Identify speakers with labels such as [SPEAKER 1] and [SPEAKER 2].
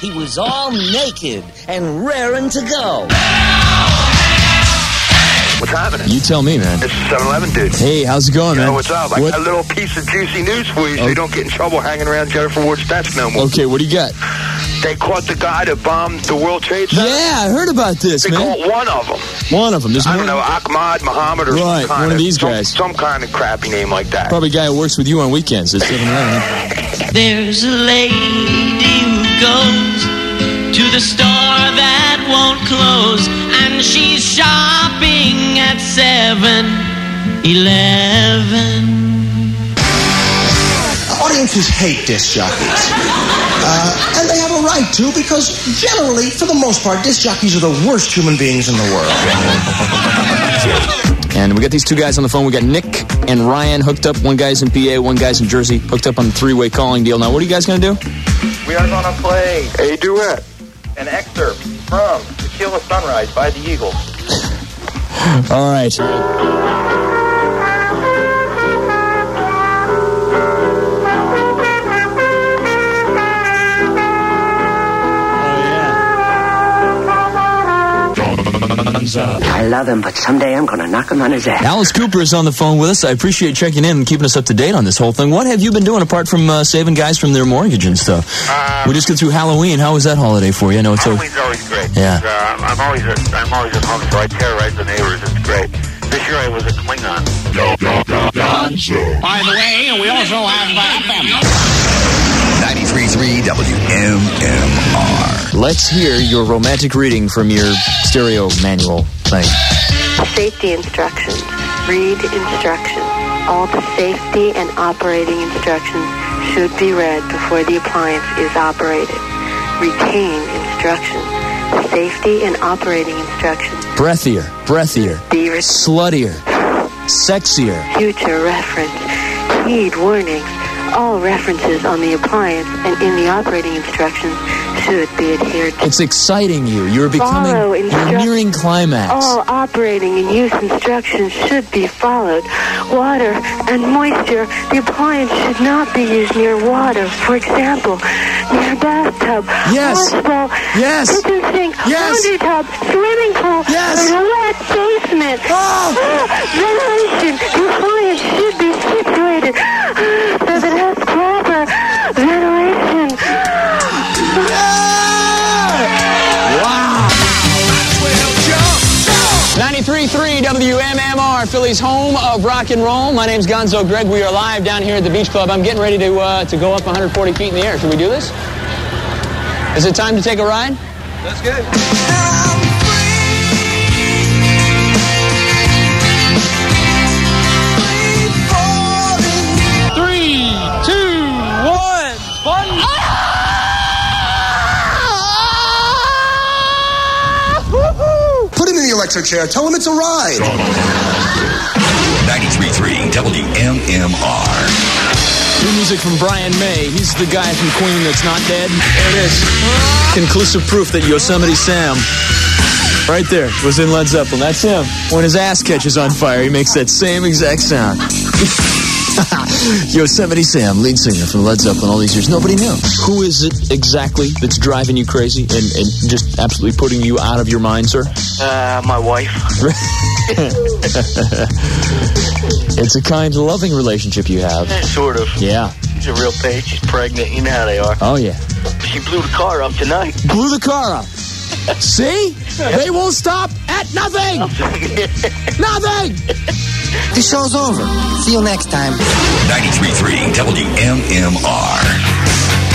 [SPEAKER 1] He was all naked and raring to go.
[SPEAKER 2] What's happening?
[SPEAKER 3] You tell me, man.
[SPEAKER 2] This is 7-Eleven, dude.
[SPEAKER 3] Hey, how's it going,
[SPEAKER 2] You
[SPEAKER 3] man?
[SPEAKER 2] know what's up? I
[SPEAKER 3] What- Oh.
[SPEAKER 2] got a little piece of juicy news for you so you don't get in trouble hanging around Jennifer Ward's desk no more.
[SPEAKER 3] Okay, what do you got?
[SPEAKER 2] They caught the guy that bombed the World Trade Center.
[SPEAKER 3] Oh. Yeah, I heard about this,
[SPEAKER 2] They
[SPEAKER 3] man.
[SPEAKER 2] caught one of them.
[SPEAKER 3] One of them. There's
[SPEAKER 2] I don't
[SPEAKER 3] one.
[SPEAKER 2] know, Ahmad Muhammad or
[SPEAKER 3] Right,
[SPEAKER 2] some kind
[SPEAKER 3] one of
[SPEAKER 2] of,
[SPEAKER 3] these
[SPEAKER 2] some-
[SPEAKER 3] guys.
[SPEAKER 2] Some, kind of crappy name like that.
[SPEAKER 3] Probably a guy who works with you on weekends at 7 Eleven.
[SPEAKER 4] There's a lady who goes to the store that won't close, and she's shopping at 7 Eleven.
[SPEAKER 5] Audiences hate disc jockeys. Uh, and they have a right to because generally, for the most part, disc jockeys are the worst human beings in the world.
[SPEAKER 3] And we got these two guys on the phone. We got Nick and Ryan hooked up. One guy's in PA, one guy's in Jersey, hooked up on the three way calling deal. Now, what are you guys going to do?
[SPEAKER 6] We are going to play
[SPEAKER 2] Hey, duet.
[SPEAKER 6] an excerpt from To Kill a Sunrise by the Eagles.
[SPEAKER 3] All right.
[SPEAKER 7] I love him, but someday I'm going to knock him on his ass.
[SPEAKER 3] Alice Cooper is on the phone with us. I appreciate checking in and keeping us up to date on this whole thing. What have you been doing apart from uh, saving guys from their mortgage and stuff?
[SPEAKER 2] Um,
[SPEAKER 3] we just got through Halloween. How was that holiday for you? I know it's a.
[SPEAKER 2] Halloween's always great.
[SPEAKER 3] Yeah.
[SPEAKER 2] Uh, I'm- I'm always at, I'm always at home, so I terrorize the neighbors. It's great. This year I was a Klingon.
[SPEAKER 8] By the way, we also have uh,
[SPEAKER 9] 93.3 WMMR.
[SPEAKER 3] Let's hear your romantic reading from your stereo manual thing.
[SPEAKER 10] Safety instructions. Read instructions. All the safety and operating instructions should be read before the appliance is operated. Retain instructions. Safety and operating instructions.
[SPEAKER 3] Breathier, breathier,
[SPEAKER 10] Be re-
[SPEAKER 3] sluttier, sexier.
[SPEAKER 10] future reference. Heed warnings. All references on the appliance and in the operating instructions should be adhered to.
[SPEAKER 3] It's exciting you. You're becoming.
[SPEAKER 10] Follow Oh.
[SPEAKER 3] You're
[SPEAKER 10] instructions.
[SPEAKER 3] nearing climax.
[SPEAKER 10] All operating and use instructions should be followed. Water and moisture. The appliance should not be used near water. For example, near bathtub,
[SPEAKER 3] Yes.
[SPEAKER 10] hospital,
[SPEAKER 3] Yes.
[SPEAKER 10] kitchen sink,
[SPEAKER 3] Yes.
[SPEAKER 10] laundry tub, swimming pool,
[SPEAKER 3] Yes.
[SPEAKER 10] or a wet basement. Ah, ventilation. The appliance should be situated so that it has proper ventilation.
[SPEAKER 8] Ninety-three-three WMMR, Philly's home of rock and roll. My name's Gonzo Greg. We are live down here at the Beach Club. I'm getting ready to uh, to go up 140 feet in the air. Should we do this? Is it time to take a ride?
[SPEAKER 6] That's good.
[SPEAKER 8] Three, two, one, fun.
[SPEAKER 5] Put him in the electric chair. Tell him it's a ride.
[SPEAKER 9] 93.3 WMMR.
[SPEAKER 3] New music from Brian May. He's the guy from Queen that's not dead. There it is. Conclusive proof that Yosemite Sam, right there, was in Led Zeppelin. That's him. When his ass catches on fire, he makes that same exact sound. Yosemite Sam, lead singer from Led Zeppelin all these years. Nobody knew. Who is it exactly that's driving you crazy and, and just absolutely putting you out of your mind, sir?
[SPEAKER 6] Uh, my wife.
[SPEAKER 3] It's a kind, loving relationship you have.
[SPEAKER 6] Sort of.
[SPEAKER 3] Yeah.
[SPEAKER 6] She's a real pain. She's pregnant. You know how they are.
[SPEAKER 3] Oh, yeah.
[SPEAKER 6] She blew the car up tonight.
[SPEAKER 3] blew the car up. See? They won't stop at nothing. nothing.
[SPEAKER 5] The show's over. See you next time.
[SPEAKER 9] 93.3 WMMR.